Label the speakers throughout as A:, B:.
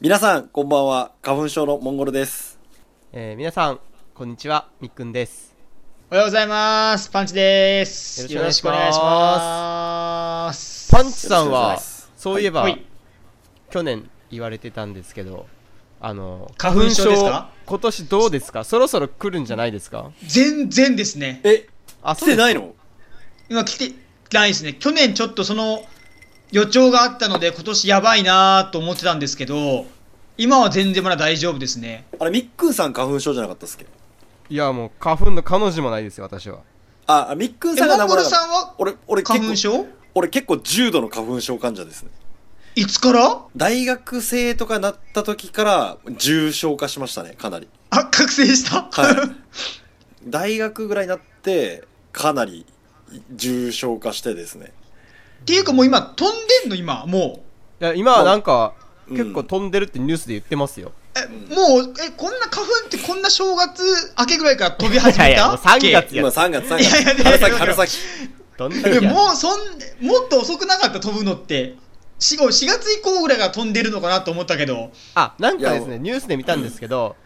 A: 皆さん、こんばんは。花粉症のモンゴルです。
B: えー、皆さん、こんにちは、みっくんです。
C: おはようございます。パンチです。
B: よろしくお願いしますパンチさん
A: よろしくお願い
B: は
A: します、
B: そういえば、
C: はい
B: 去年言われてたんですけど、あの、
C: 花粉症ですか
B: 今年どうですかそろそろ来るんじゃないですか
C: 全然ですね。
A: え、
B: あ、
A: 来て
B: い
A: ないの
C: 今来てないですね。去年ちょっとその予兆があったので、今年やばいなと思ってたんですけど、今は全然まだ大丈夫ですね。
A: あれ、みっくんさん花粉症じゃなかったっすっけ
B: いや、もう、花粉の彼女もないですよ、私は。
A: あ、あみっくん
C: え、
A: さんが名
C: モンゴ
A: 前
C: ル
A: だから
C: さんは
A: 俺、俺結構
C: 花粉症
A: 俺結構重度の花粉症患者ですね。
C: いつから
A: 大学生とかなった時から重症化しましたね、かなり。
C: あ、覚醒した、
A: は大学ぐらいになって、かなり重症化してですね。
C: っていうかもう今飛んでんの今、も
B: いや、今はなんか、
A: うん
B: 結構飛んでるってニュースで言ってますよ。
C: う。え、もう、え、こんな花粉ってこんな正月明けぐらいから飛び始めた
B: いやいやもう三月
C: っけ
B: いや
A: 今3月、3月。
C: いやいや
A: 春
C: いや
A: 先、
C: いや
A: 春先。
B: どん
C: いや
B: けや
C: もうそんもっと遅くなかった飛ぶのって4 4月以降ぐらいが飛んでるのかなと思ったけど
B: あ、なんかです
A: いや
B: ね、ニュースで見たんですけど、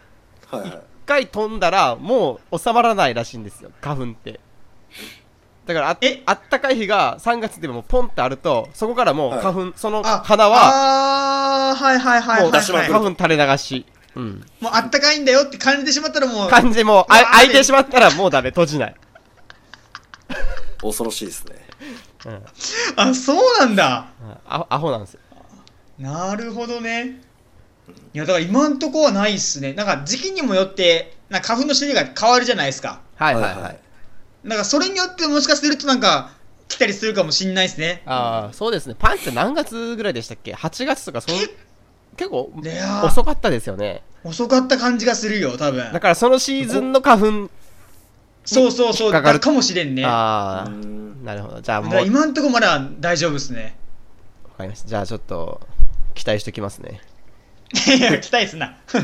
A: はいはい。
B: 一回飛んだら、もう収まらないらしいんですよ、花粉って。だからあ
C: え、
B: あったかい日が3月でもポンってあると、そこからもう
A: はい
B: 花粉、その
C: あ
B: 花は、
C: あーはいはいはい
B: もう
C: はい
A: 出しま
C: は
A: くる
C: い
B: 花粉垂れ流し。うん。
C: もうあったかいんだよって感じてしまったらもう
B: 感じもう、
C: うわ
B: あ
C: ー
B: 開いてしまったらもうダメ、閉じない。
A: 恐ろしいですね。
B: うん。
C: あそうなんだ
B: あアホなんですよ。
C: なるほどねいやだから今んとこはないっすねなんか時期にもよってなんか花粉の種類が変わるじゃないですか
B: はいはいはい。。
C: なんかそれによってもしかするとなんか来たりするかもしんないっすね
B: ああ、そうですね。パンチって何月ぐらいでしたっけ ?8 月とか、その、結構
C: いやー
B: 遅かったですよね。
C: 遅かった感じがするよ多分
B: だからそのシーズンの花粉、
C: そうそうそう
B: 引っかかる
C: かもしれんね
B: あ
A: う
B: あ、
A: ん
B: なるほど。じゃあ
C: だ
B: もう、
C: から
B: わ
C: 今んとこまだ大丈夫で すね。
B: かりました。じゃあちょっと、期待してきますね。
C: いや、期待すな。 期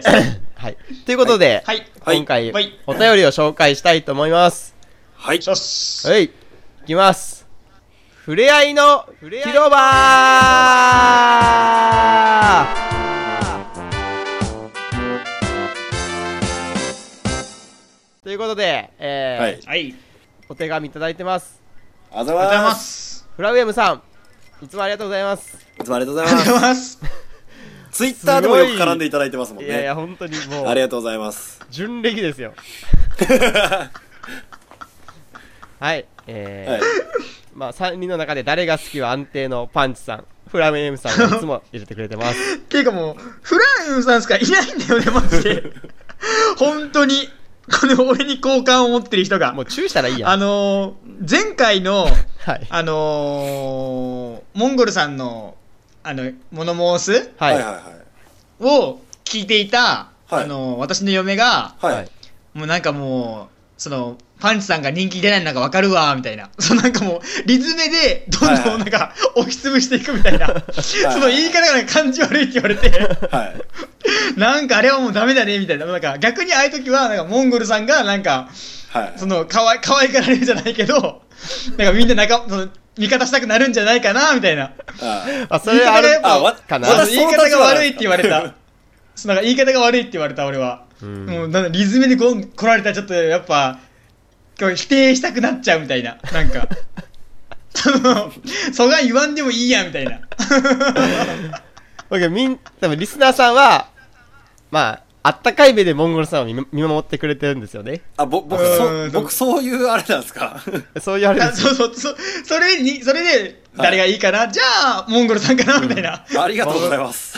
C: すな。
B: はい。ということで、
C: はい。
A: はい
B: 今回、
C: はい
B: お便りを紹介したいと思います。
A: はい。
C: よし。
B: はい。いきます。ふれあいの広場ということで、えー
A: はい。
C: はい。
B: お手紙いただいてます。
A: ありがとう
C: お
A: ご
C: はよう
A: ざ
C: ご
A: い
C: ざい
A: ま。
C: ますす。
B: フラウエムさん、いつもありがとうございます。
A: いつもありがとうご
C: お
A: ざ
C: はいよ
A: ま
C: うござい
A: す。
C: ます。
A: ツイッターでもよく絡んでいただいてますもん
B: い
A: ね。
B: やいや、本当にも
A: あり
B: う、
A: がとうござい ます。
B: 純歴ですよ。はい。えー
A: はい。
B: まあ、3人の中で誰が好きは安定のパンチさん、フラウエムさ んがいつも入れてくれてます。
C: っていうかもう、フランウさんしかいないんだよね、マ ジで。本当に。この俺に好感を持ってる人が
B: も。うチューしたらいいやん。
C: あのー、前回の、
B: はい。
C: あのー、モンゴルさんの、あの、モノ申す
A: はい
B: は。
A: はいいは
C: を聞いていた、
A: はい
C: あのー、私の嫁が、
A: い。はい。
C: もうなんかもう、その、パンチさんが人気出ないのがわかるわ、みたいな。 そうなんかもう、リズムで、どんどんなんか、押しつぶしていくみたいな。その言い方がなんか感じ悪いって言われて、
A: はい。
C: なんかあれはもうダメだね、みたいな。なんか逆にああいう時は、なんかモンゴルさんがなんか、
A: はい。
C: その、かわい、可愛がられるじゃないけど、なんかみんな仲、その、味方したくなるんじゃないかな、みたいな。
A: あ
B: あ、それある
C: 言い方が
A: あわ
B: かな。
A: 私
C: あの言い方が悪いって言われ
A: そうだった
C: た。そうなんか言い方が悪いって言われた、俺は。
B: うん
C: もうなんだリズムでこう来られたらちょっとやっぱこう否定したくなっちゃうみたいななんか そのそが言わんでもいいやみたいな
B: 僕、みん、多分リスナーさんは、まあ、あったかい目でモンゴルさんを見見守ってくれてるんですよね。
A: あ、ぼ、僕、
C: う
A: そ、
C: ん
A: 僕、そういうあれなんですか
B: そう言われるん
C: あ
B: ですよ。
C: そうそうそそれにそれで誰がいいかな、じゃあモンゴルさんかなみたいな、
A: ありがとうございます。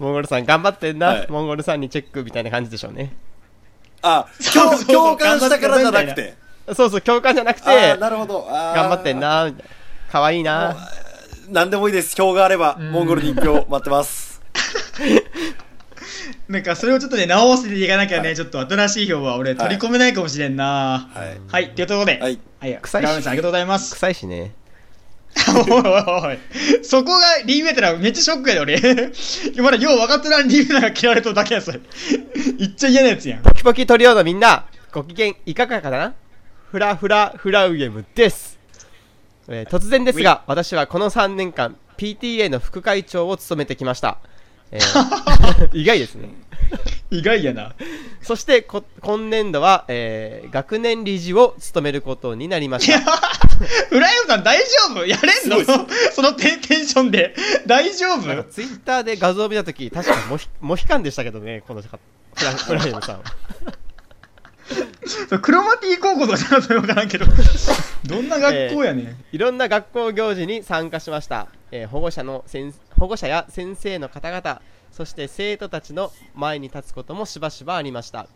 B: モンゴルさん頑張ってんな、
A: はい
B: モンゴルさんにチェックみたいな感じでしょうね。
A: あ、
C: そう
A: 共
C: そうそう
A: 共感したからじゃなくて。
B: そうそう、共感じゃなくて、
A: あー
B: 頑
A: なるほど。頑
B: 張ってん。な、みたいな。可愛いな。
A: 何でもいいです。票があれば、モンゴルに一票待ってます。
C: なんかそれをちょっとね直せていかなきゃね、ちょっと新しい票は俺
A: はい
C: 取り込めないかもしれんな
A: はい
C: はい、というところで
A: は
C: はいはい、
B: 臭いし
C: ラーメンさんありがとうございます
B: 臭いしね。
C: おいおいおいそこが理由やったらめっちゃショックやで俺 まだよう分かってない理由なんか嫌われとるだけやそれ言っちゃ嫌なやつやん
B: ポキポキトリオのみんな、ご機嫌いかがかなフラフラフラウエムです。えー突然ですが、私はこの3年間、 PTA の副会長を務めてきました、えー 意外ですね
C: 意外やな。
B: そしてこ今年度は、えー学年理事を務めることになりま
C: い
B: し
C: や
B: た、
C: 浦山さん大丈夫やれんの
A: すごい
C: そのテンテンションで。大丈夫
B: なんかツイッターで画像を見たとき確かモヒモヒカンでしたけどねこの方フラフラヘムさん
C: そうクロマティ高校とかじゃなくて分からんけど。どんな学校やねん。
B: いろんな学校行事に参加しました、えー保護者の先保護者や先生の方々そして生徒たちの前に立つこともしばしばありました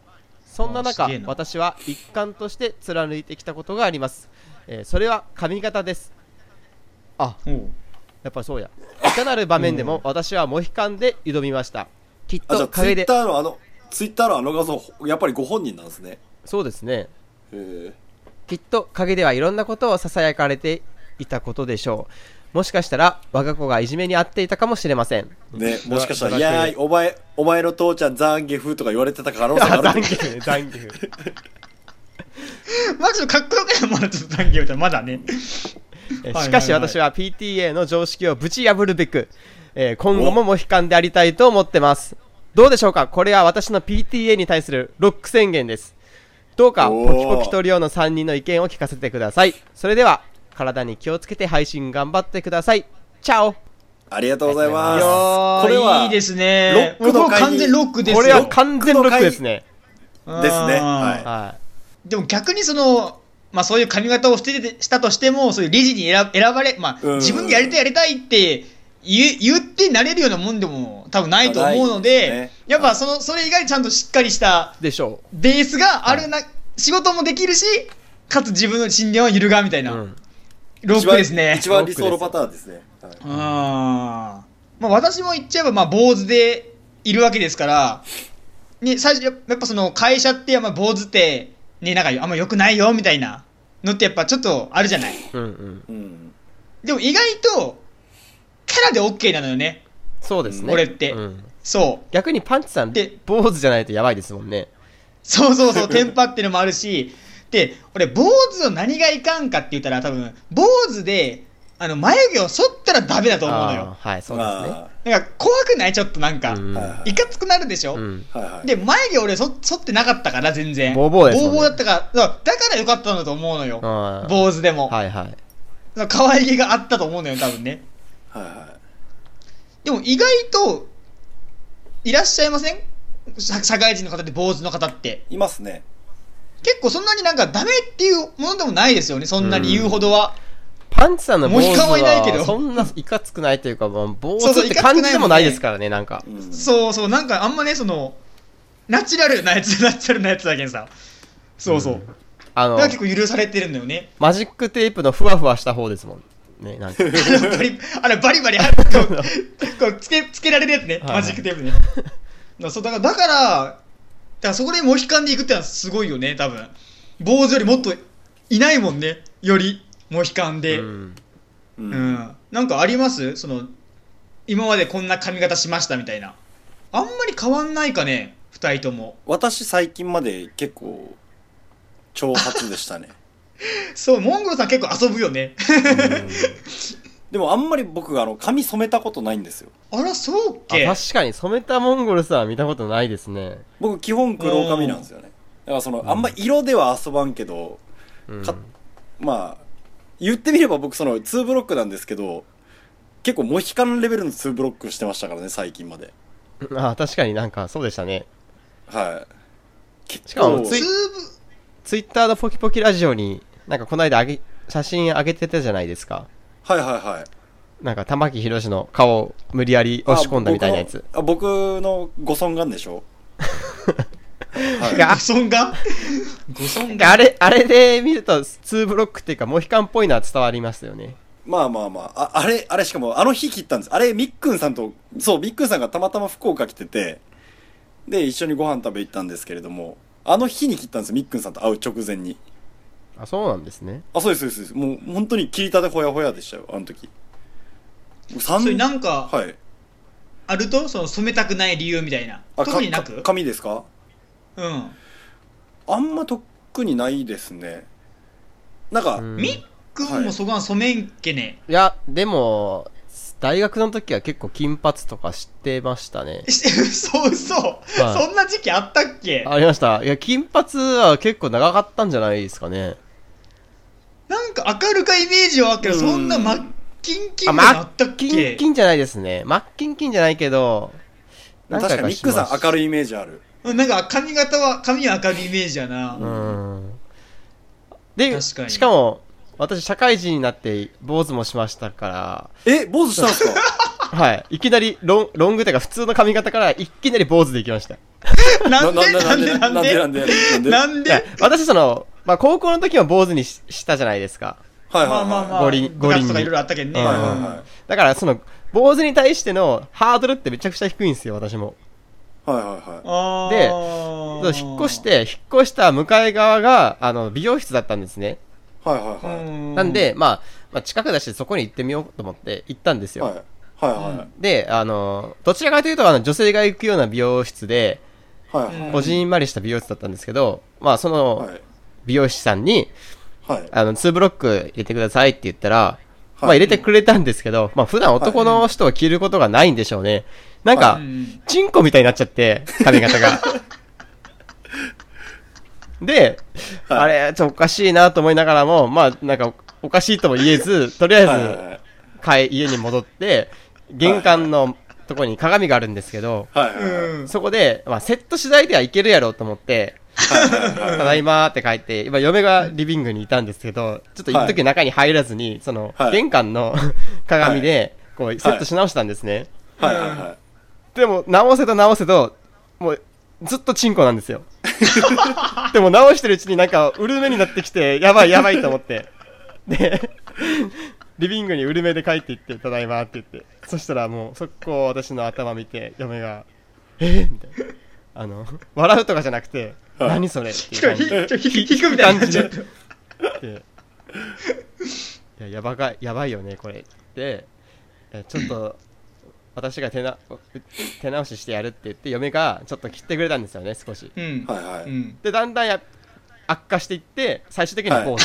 B: そんな
C: あ
B: 中
C: ーすげえな
B: 私は一貫として貫いてきたことがあります、えーそれは髪型ですあ
C: おう
B: やっぱりそうやいかなる場面でも私はモヒカンで挑みましたきっ
A: あ、じゃあ
B: と
A: ツイ
B: 陰
A: ッ
B: で
A: ターのあの、ツイッターのあの画像、やっぱりご本人なんですね。
B: そうですね
A: へー
B: きっと陰ではいろんなことをささやかれていたことでしょうもしかしたら我が子がいじめにあっていたかもしれません
A: ね、もしかしたら、
B: ド
A: い
B: ラド
A: や
B: ラ
A: ー
B: クエ
A: い、お前、お前の父ちゃんザンゲフとか言われてた可能性が ある。
B: ギフね残ギフ
C: マジでかっこよくやもらちょっと残業みたいなまだね。
B: え
C: はい
B: しかし
C: はいはい
B: 私は PTA の常識をぶち破るべく、えー今後もモヒカンでありたいと思ってますどうでしょうかこれは私の PTA に対するロック宣言ですどうか
A: お
B: ポ
A: ー
B: キポキとリオの3人の意見を聞かせてくださいそれでは体に気をつけて配信頑張ってくださいチャオ
A: ありがとうござい
B: あ
A: ま
B: り
A: す。
B: がとうござい
A: これは、
C: いいですね。
A: ロック
C: も
A: の
C: う
A: 会議
C: 完全ロックですよ。
B: これは完全ロックですね
C: うん
A: ですねはい
B: は
C: でも逆にその、まあ、そういう髪型をしててしたとしてもそういう理事に選選ばれ、まあ、
A: うん
C: 自分でやりたいやりたいって言う言ってなれるようなもんでも多分ないと思うので
A: ないですね
C: やっぱそのそれ以外にちゃんとしっかりした
B: いでしょ、
C: ベースがあるな、仕事もできるしかつ自分の信念は揺るがみたいうな、
B: うん、
C: ロックですね
A: 一番理想のパターンですね。はい
C: あーまあ私も言っちゃえばまあ坊主でいるわけですから、ね、最初ややっぱその会社ってまあ坊主って、ね、なんかあんま良くないよみたいなのってやっぱちょっとあるじゃない
B: うんうん
A: うん。
C: でも意外とキャラで OK なのよね
B: そうですね
C: 俺って
B: うん
C: そう
B: 逆にパンチさん
C: で
B: 坊主じゃないとやばいですもんね
C: そうそう そうテンパってのもあるしで俺坊主の何がいかんかって言ったら多分坊主であの眉毛を剃ったらダメだと思うの
B: あー
C: よ
B: はいそうですね
A: あ
C: なんか怖くないちょっとなんか、
B: うん
A: ーはい
C: いかつくなるでしょ、
B: うん
A: はいはいはい。
C: で、眉毛俺そ、剃ってなかったから、全然。
B: ボーボーですもんね
C: ボーボーだったから、だからだから良かったんだと思うのよ。
B: あー
C: 坊主でも。
B: はいはい
C: 可愛げがあったと思うのよ、多分ね。
A: はいはい。
C: でも意外と、いらっしゃいません社社会人の方で坊主の方って。
A: いますね。
C: 結構そんなになんかダメっていうものでもないですよね、そんなに言うほどは。
B: パンチさんの坊主
C: モヒカンはいないけど
B: はそんないかつくないというか、まあ、坊
C: そうそう
B: 主って
C: いかつくないもんね
B: 感じでもないですからねなんか
A: うん
C: そうそう、なんかあんまね、その、ナチュラルなやつ、ナチュラルなやつだけんさ。そうそう。
B: あ
C: だ
B: の
C: から結構許されてるんだよね。
B: マジックテープのふわふわした方ですもんねなんか
C: あのバリあのバリバリあの こうこうつけつけられるやつね、
B: はいはい
C: マジックテープね。だからそうだからだからだからそこでモヒカンでいくってのはすごいよね、多分坊主よりもっといないもんね、よりモヒカンで。
B: う
C: うん
B: ん
A: う
C: なんかありますその今までこんな髪型しましたみたいな。あんまり変わんないかね、2人とも。
A: 私最近まで結構、長髪でしたね。
C: そう、モンゴルさん結構遊ぶよね。
A: でもあんまり僕があの髪染めたことないんですよ。
C: あら、そうっ
B: あ
C: け
B: 確かに染めたモンゴルさんは見たことないですね、
A: 僕基本黒髪なんですよね。だからその、あんま色では遊ばんけど、
B: うん、
A: かまあ、言ってみれば僕その2ブロックなんですけど、結構モヒカンレベルの2ブロックしてましたからね、最近まで。
B: あ確かになんかそうでしたね
A: はい。結
B: しかも
A: 構
B: ツイ
C: ツーブ
B: ツイッターのポキポキラジオになんかこの間あげ写真あげてたじゃないですか
A: はいはいはい。
B: なんか玉木宏の顔を無理やり押し込んだみたいなやつ
A: あ、僕のご尊願でしょはい
B: が
C: ご尊がご尊が
B: あれあれで見ると2ブロックっていうかモヒカンっぽいのは伝わりますよね
A: まあまあまあ、ああれ、あれしかも、あの日切ったんです。あれ、みっくんさんと、そう、みっくんさんがたまたま福岡来てて、で、一緒にご飯食べ行ったんですけれども、あの日に切ったんです、みっくんさんと会う直前に。
B: あそうなんですね
A: あ、そうです、そうですそうです。もう、本当に切りたてほやほやでしたよ、あの時。三
C: それなんか、
A: はい。
C: あるとその染めたくない理由みたいな
A: あ、
C: 特にな
A: か
C: く
A: か髪ですか
C: うん
A: あんま特にないですね。なんか、
B: うん
C: みっくんもそこは染めんけね、
B: いやでも大学の時は結構金髪とかしてましたね。
C: 嘘嘘、
B: い
C: そんな時期あったっけ
B: ありました。いや、金髪は結構長かったんじゃないですかね。
C: なんか明るかイメージはあるけど、
A: うん
C: そんな真っ金金
B: あ、
C: になったっけ
B: キンキンじゃないですね。マッキンキンじゃないけど、
A: 確かにミックンさん明
B: い。
A: るいイメージある。
C: うんなんか髪型は、髪は明るいイメージやな。
B: うん。で、
C: 確かに
B: しかも、私、社会人になって、坊主もしましたから、
A: え、坊主したんですか
B: はい。いきなりロン、ロングというか、普通の髪型から、いきなり坊主でいきました。
A: な
C: な
A: ん
C: でなん
A: な
C: でなん
A: んで
C: で
A: なんでなんで
C: な
A: なんで
C: ん
B: いや
C: で
B: 私、その、まあ、高校の時は坊主にししたじゃないですか。
A: はい
C: ま
A: は
C: あ
A: い
C: まあま
A: は
C: あ、
B: 五輪
C: 部活と
B: 五輪に
C: かいろいろあったけんね。
A: い。
B: あ
A: はい
B: まあ
A: はいはい
B: だから、その、坊主に対してのハードルってめちゃくちゃ低いんですよ、私も。
A: はいはいは
C: あ
B: で
C: ー
B: そう引っ越し、て、引っ越した向かい側が、あの、美容室だったんですね。
A: い。はいはいはい。
B: なんで、まあ、まあ、近くだし、そこに行ってみようと思って行ったんですよ。
A: はいは
B: で、あの、どちらかというと、あの、女性が行くような美容室で、
A: いはい。はいはい
C: うん
B: こじんまりした美容室だったんですけど、まあ、その
A: はい。
B: 美容師さんに、
A: はい。
B: あの、2ブロック入れてくださいって言ったら、まあ、
A: はい
B: 入れてくれたんですけど、まあ、普段男の人は着ることがないんでしょうね。なん
C: あ
B: か
C: ーう、ん
B: チンコみたいになっちゃって、髪型が。 で、
A: はい
B: あれ、ちょっとおかしいなと思いながらも、まあ、なんか、おかしいとも言えず、とりあえず、
A: はいはいはい
B: 帰家に戻って、玄関のとこに鏡があるんですけど、
A: はいはいはい。
C: うん。
B: そこで、まあ、セット次第ではいけるやろうと思って、ただいまーって帰って、今、嫁がリビングにいたんですけど、ちょっと一時中に入らずに、その
A: は、い
B: 玄関の鏡で、こう、セットし直したんですね。
A: はいはいはい。
B: でも、直せと直せと、もう、ずっとチンコなんですよ。 でも、直してるうちになんか、うるめになってきて、やばいやばいと思って。で、リビングにうるめで帰っていって、ただいまって言って。そしたらもう、速攻私の頭見て、嫁が、えみたいな。あの、笑うとかじゃなくて、
A: はい
B: 何それってい
C: ひ
B: う
C: ちょ
B: 感じ
C: ひちょひひくみたいな。ちょっと
B: でいややばかやばいよねこれでえちょっと私が手な手直ししてやるって言って嫁がちょっと切ってくれたんですよね少し
C: うん。
A: はいは
C: う
A: い。
C: ん。
B: でだんだんや悪化していって最終的に
A: はい
B: 坊主、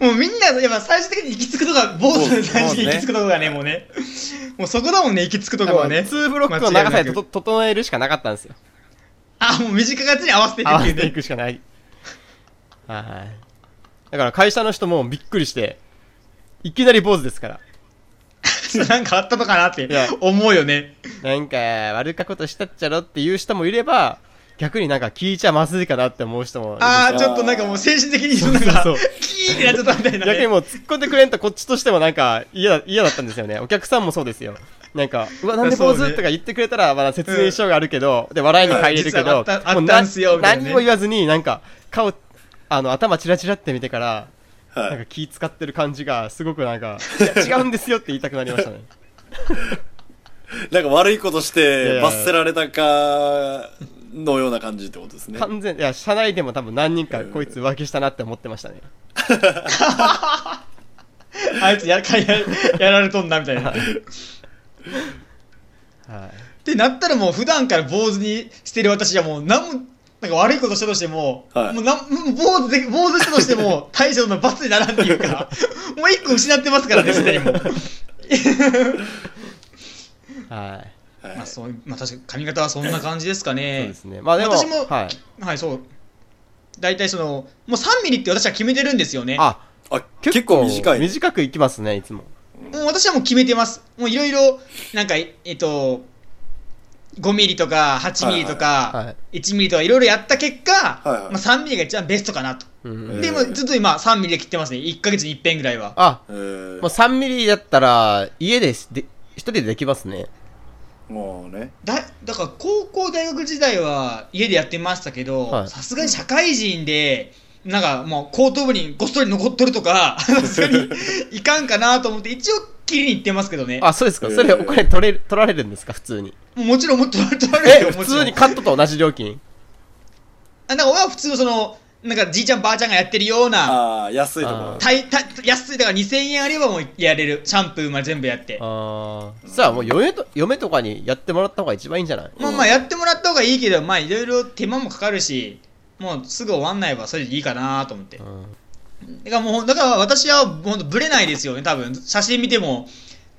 C: もうみんな、やっぱ最終的に行き着くとこが、坊主に対して行き着くとこがね、もうね。もうそこだもんね、行き着くとこはね。
B: 2ブロックの長さ
C: 間違い
B: で
C: なく
B: と整えるしかなかったんです よ
C: あ、もう短いやつに合わせていく
B: 合
C: っ
B: わ
C: ていう
B: せて
C: ね
B: い。くしかないはいだから会社の人もびっくりしていきなり坊主ですから
C: なんかあったのかなって
B: いや
C: 思うよね。
B: なんか悪かことしたっちゃろっていう人もいれば逆になんか聞いちゃまずいかなって思う人もいるし
C: ああ、ちょっとなんかもう精神的になんか、
B: そうそう
C: キーってなっちゃったみたいな、
B: 逆に
C: ね。
B: もう突っ込んでくれんとこっちとしてもなんか嫌だ嫌だったんですよねお客さんもそうですよなんか「うわなんで坊
C: そう
B: 主?」
C: ね
B: とか言ってくれたらまだ説明書があるけど、で笑いに入れるけ
C: うん
B: ど、
C: 実はあった
B: もう
C: あったんすよみたいなね
B: 何も言わずになんか顔あの頭チラチラって見てから
A: は
B: なんか
A: い。
B: 気使ってる感じがすごくなんか「いや違うんですよ」って言いたくなりました ね
A: なんか悪いことし
B: やい
A: て
B: や
A: 罰せられたかのような感じってことですね。
B: 完全いや社内でも多分何人かこいつ浮気したなって思ってましたね
C: あいつやややられとんなみたいな。っ
B: はい
C: てなったらもう普段から坊主にしてる私はもう何も、なんか悪いことしたとしても、
A: はい
C: もうなんもう坊主で、坊主したとして も、大将の罰にならんっていうか、もう一個失ってますからね、すでにもう。
B: はい
A: はい
C: まあそう、まあ確かに髪型はそんな感じですか
B: そう
C: ね
B: で。すねまあでも
C: 私も
B: はい、
C: はい、そう。大体その、もう3ミリって私は決めてるんですよね。
B: あ
A: あ、結構短い。
B: 短くいきますねいつも
C: もう私はもう決めてます。もういろいろ、なんか、ええっと、5ミリとか8ミリ
B: は
C: と
B: いは
C: か、1ミリとかいろいろやった結果、
A: はいはい
C: まあ、3ミリが一番ベストかなと。
B: うん
A: えー
C: でもずっと今3ミリで切ってますね。1ヶ月に1遍ぐらいは。
B: あ、
A: えー
B: もう3ミリだったら、家ですで、一人でできますね。
A: もうね。
C: だだから高校大学時代は家でやってましたけ
B: は
C: ど
B: い
C: さすがに社会人でなんかもう後頭部にごっそり残っとる とかさすがにいかんかなと思って一応切りに行ってますけどね
B: あ、そうですか。
A: えー
B: それお金取れる、取られるんですか普通に。
C: もうもちろんもっと取ら
B: え、
C: れるよ
B: 普
C: もちろ
B: 通
C: ん
B: にカットと同じ料金
C: あなんか俺は普通のそのなんかじいちゃんばあちゃんがやってるような
A: ああ、安いとこ
B: あ
A: ろ
B: ー。
C: たいた安いだから2000円あればもうやれるシャンプーまで全部やって
B: ああ。さあ、もう嫁と、嫁とかにやってもらった方が一番いいんじゃない
C: まあまあやってもらった方がいいけどまあいろいろ手間もかかるしもうすぐ終わんないばそれでいいかなと思って
B: うん
C: だからもうだから私は本当ブレないですよね多分写真見ても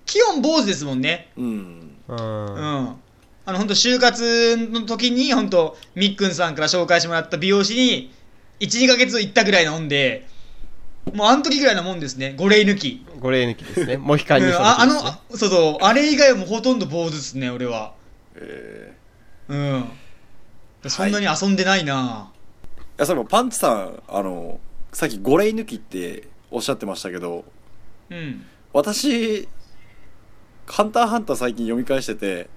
C: 気温坊主ですもんね
A: うん。
C: う
B: う
C: ん、
B: ん
C: あの本当就活の時に本当みっくんさんから紹介してもらった美容師に12ヶ月行ったぐらいのもんでもうあの時ぐらいなもんですね5例抜き
B: 五例抜きです ねモヒカンに
C: うん
B: した
C: ああ
B: 時で
C: の
B: すね
C: あそうそうあれ以外はもうほとんど坊主ですね俺は
A: え
C: うんそんなに遊んでないな、
A: ー、いや、そういえばパンチさん、あの、さっき5例抜きっておっしゃってましたけど、
C: うん
A: 私、ハンターハンター最近読み返してて、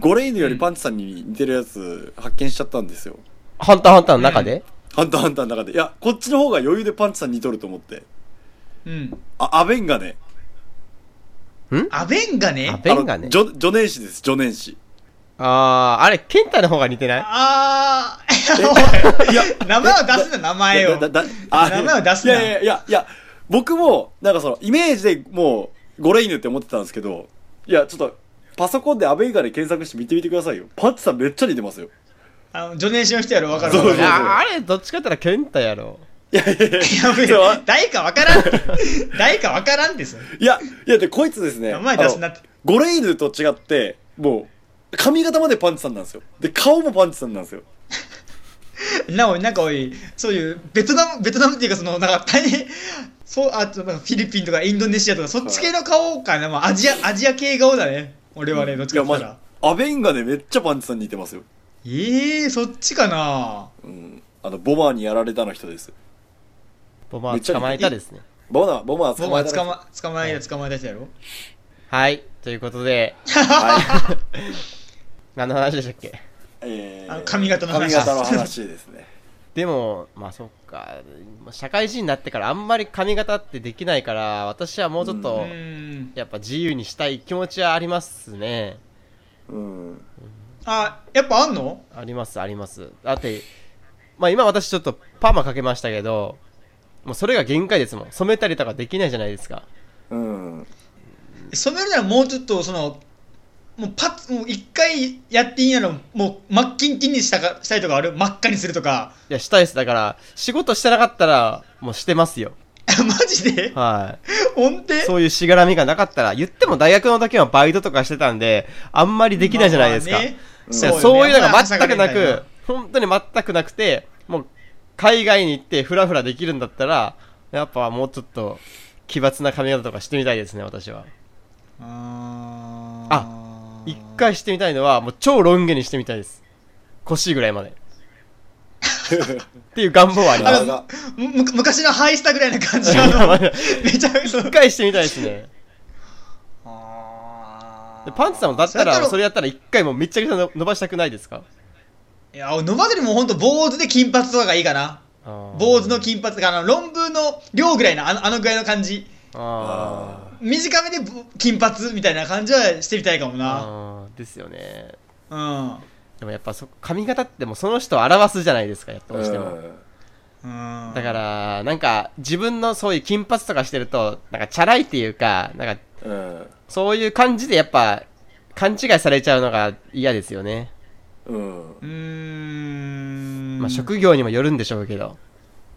A: ゴレイヌよりパンチさんに似てるやつ発見しちゃったんですよ。
B: ハンターハンターの中で、
A: ハンターハンターの中で。いや、こっちの方が余裕でパンチさん似とると思って。
C: うん
A: あ、アベンがね。
B: ん
C: アベンがね
B: アベンが
A: あの
B: ね
A: ジョ、ジョネンシです、ジョネン シ。
B: あーあれケンタの方が似てない
C: あ
A: いや、
C: あ名前を出すな名前を
A: だだだあ
C: 名前を出す
A: や
C: ない
A: いやいやいや、僕も、なんかその、イメージでもう、ゴレイヌって思ってたんですけど、いや、ちょっと、パソコンでアベンガで検索して見てみてくださいよ。パンチさんめっちゃ似てますよ。
C: あのジョネーシの人やろ分かる
A: そうそうそう
C: わか
B: あーあれどっちかって言ったらケンタやろ
A: いやいやいや。
C: るいや
A: そう
C: 誰か分からん誰か分からんです
A: いや、いや、で、こいつですね。
C: 名前出すなって
A: あのゴレイヌと違って、もう、髪型までパンチさんなんですよ。で、顔もパンチさんなんですよ。
C: なおいなんかおいそういうベトナムベトナムっていうかそのなんか大変そうあとなんかフィリピンとかインドネシアとかそっち系の顔かな、まあ、アジアアジア系顔だね俺はねどっち
A: い
C: か
A: や、
C: って言
A: マ
C: っ
A: ジ
C: たら。
A: アベンガね、めっちゃパンチさんに似てますよ。
C: ええー、そっちかな
A: うん。あの、ボマーにやられたの人です。
B: ボマー捕まえたですね
A: ボマー、ボマー捕
C: 僕
A: まえ
C: は
A: たの人
C: 捕ま捕まえた捕まえた人やろ
B: はいということで
A: はい。
B: 何の話でしたっけ
A: え
C: あの髪型の
A: 髪
C: 話
A: 型の話ですね。
B: でもまあそっか社会人になってからあんまり髪型ってできないから私はもうちょっ
C: う
B: と
C: ーん
B: やっぱ自由にしたい気持ちはありますね
A: うん。
C: あやっぱあんの
B: ありますありますだってまあ今私ちょっとパーマかけましたけどもうそれが限界ですもん染めたりとかできないじゃないですか
A: うん。
C: 染めるならもうちょっとそのもうパッもう一回やっていいならもう真っ金金にしたかしたいとかある真っ赤にするとか
B: いやしたいですだから仕事してなかったらもうしてますよ
C: マジで
B: はい
C: 音程
B: そういうしがらみがなかったら、言っても大学の時はバイトとかしてたんで、あんまりできないじゃないですか。
C: まあね
B: いや
C: よね
B: そういうのが全く
C: ま
B: な
C: あ朝からみたい
B: く、本当に全くなくて、もう、海外に行ってフラフラできるんだったら、やっぱもうちょっと、奇抜な髪型とかしてみたいですね、私は。
C: あー
B: 一回してみたいのは、もう超ロン毛にしてみたいです。腰ぐらいまで。っていう願望はありま
A: あ
B: す。
A: の、
C: むむ昔のハイスタぐらいな感じ
B: いやま
C: の
B: あ
C: めちゃくちゃ
B: 一回してみたいですね。でパンツさんもだったら、それやったら一回もうめっちゃくちゃの伸ばしたくないですか
C: いや野間りも本当坊主で金髪とかがいいかな坊主の金髪かあの論文の量ぐらいなあのあのぐらいの感じ
B: あー
C: 短めでぼ金髪みたいな感じはしてみたいかもな
B: あーですよね
C: うん
B: でもやっぱそ髪型ってもうその人を表すじゃないですかやっぱどうしても、
C: うん
B: だからなんか自分のそういう金髪とかしてるとなんかチャラいっていうかなんか
A: うん。
B: そういう感じでやっぱ勘違いされちゃうのが嫌ですよね、
A: うん。
C: うーん
B: まあ職業にもよるんでしょうけど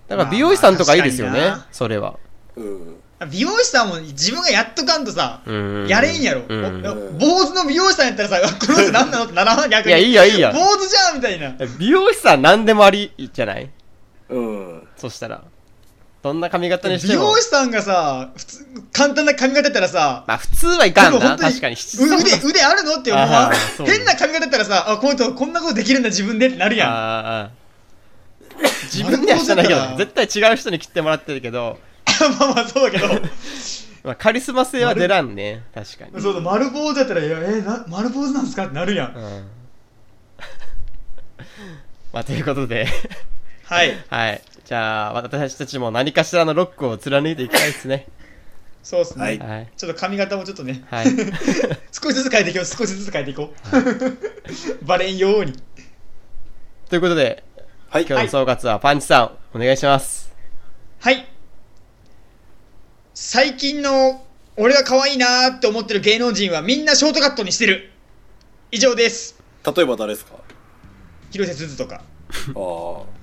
B: だから美容師さんとかいいですよね、
C: まあまあ確かにな
B: それは
A: うん。
C: 美容師さんも自分がやっとかんとさ
B: うん
C: やれんやろ、
B: うん
A: ん
C: 坊主の美容師さんやった らさ「この人何なの?」ってならん逆
B: いや
C: に
B: いいやいいや
C: 坊主じゃんみたいな
B: 美容師さん何でもありじゃない
A: うん。
B: そしたらどんな髪型にし
C: 美
B: ても
C: 容師さんがさ普通簡単な髪型やったらさ
B: まあ普通はいかん
C: でも
B: な
C: 本当
B: 確かに
C: う腕腕あるのって思う
B: あ
C: わ
B: ーそう
C: 変な髪型やったらさあこの人こんなことできるんだ自分でってなるやん
B: あーあー自分ではしてないけ
C: なる
B: ど
C: ほど
B: 絶対違う人に切ってもらってるけど、
C: まあまあそうだけど
B: まあ、カリスマ性は出らんね確かに、
C: そうだ丸坊主やったらいやえな丸坊主なんですかってなるや
B: うんん まあということで
C: はい
B: はいじゃあ私たちも何かしらのロックを貫いていきたいですね
C: そうっすね、
A: はい
B: はい
C: ちょっと髪型もちょっとね
B: はい
C: 少しずつ変えていこう少しずつ変えていこうバレんように
B: ということで
A: はい。
B: 今日の総括はパンチさんお願いします
C: はい最近の俺が可愛いなーって思ってる芸能人はみんなショートカットにしてる以上です
A: 例えば誰ですか
C: 広瀬すずとか
A: ああ。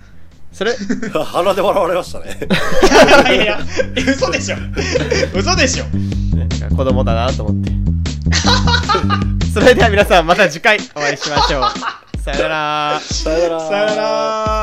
B: それ、
A: 鼻で笑われましたね。
C: いやいやいやえ嘘でしょ嘘でしょ
B: なんか子供だなと思って。 それでは皆さんまた次回お会いしましょう。さよなら。
A: さよなら
C: さよなら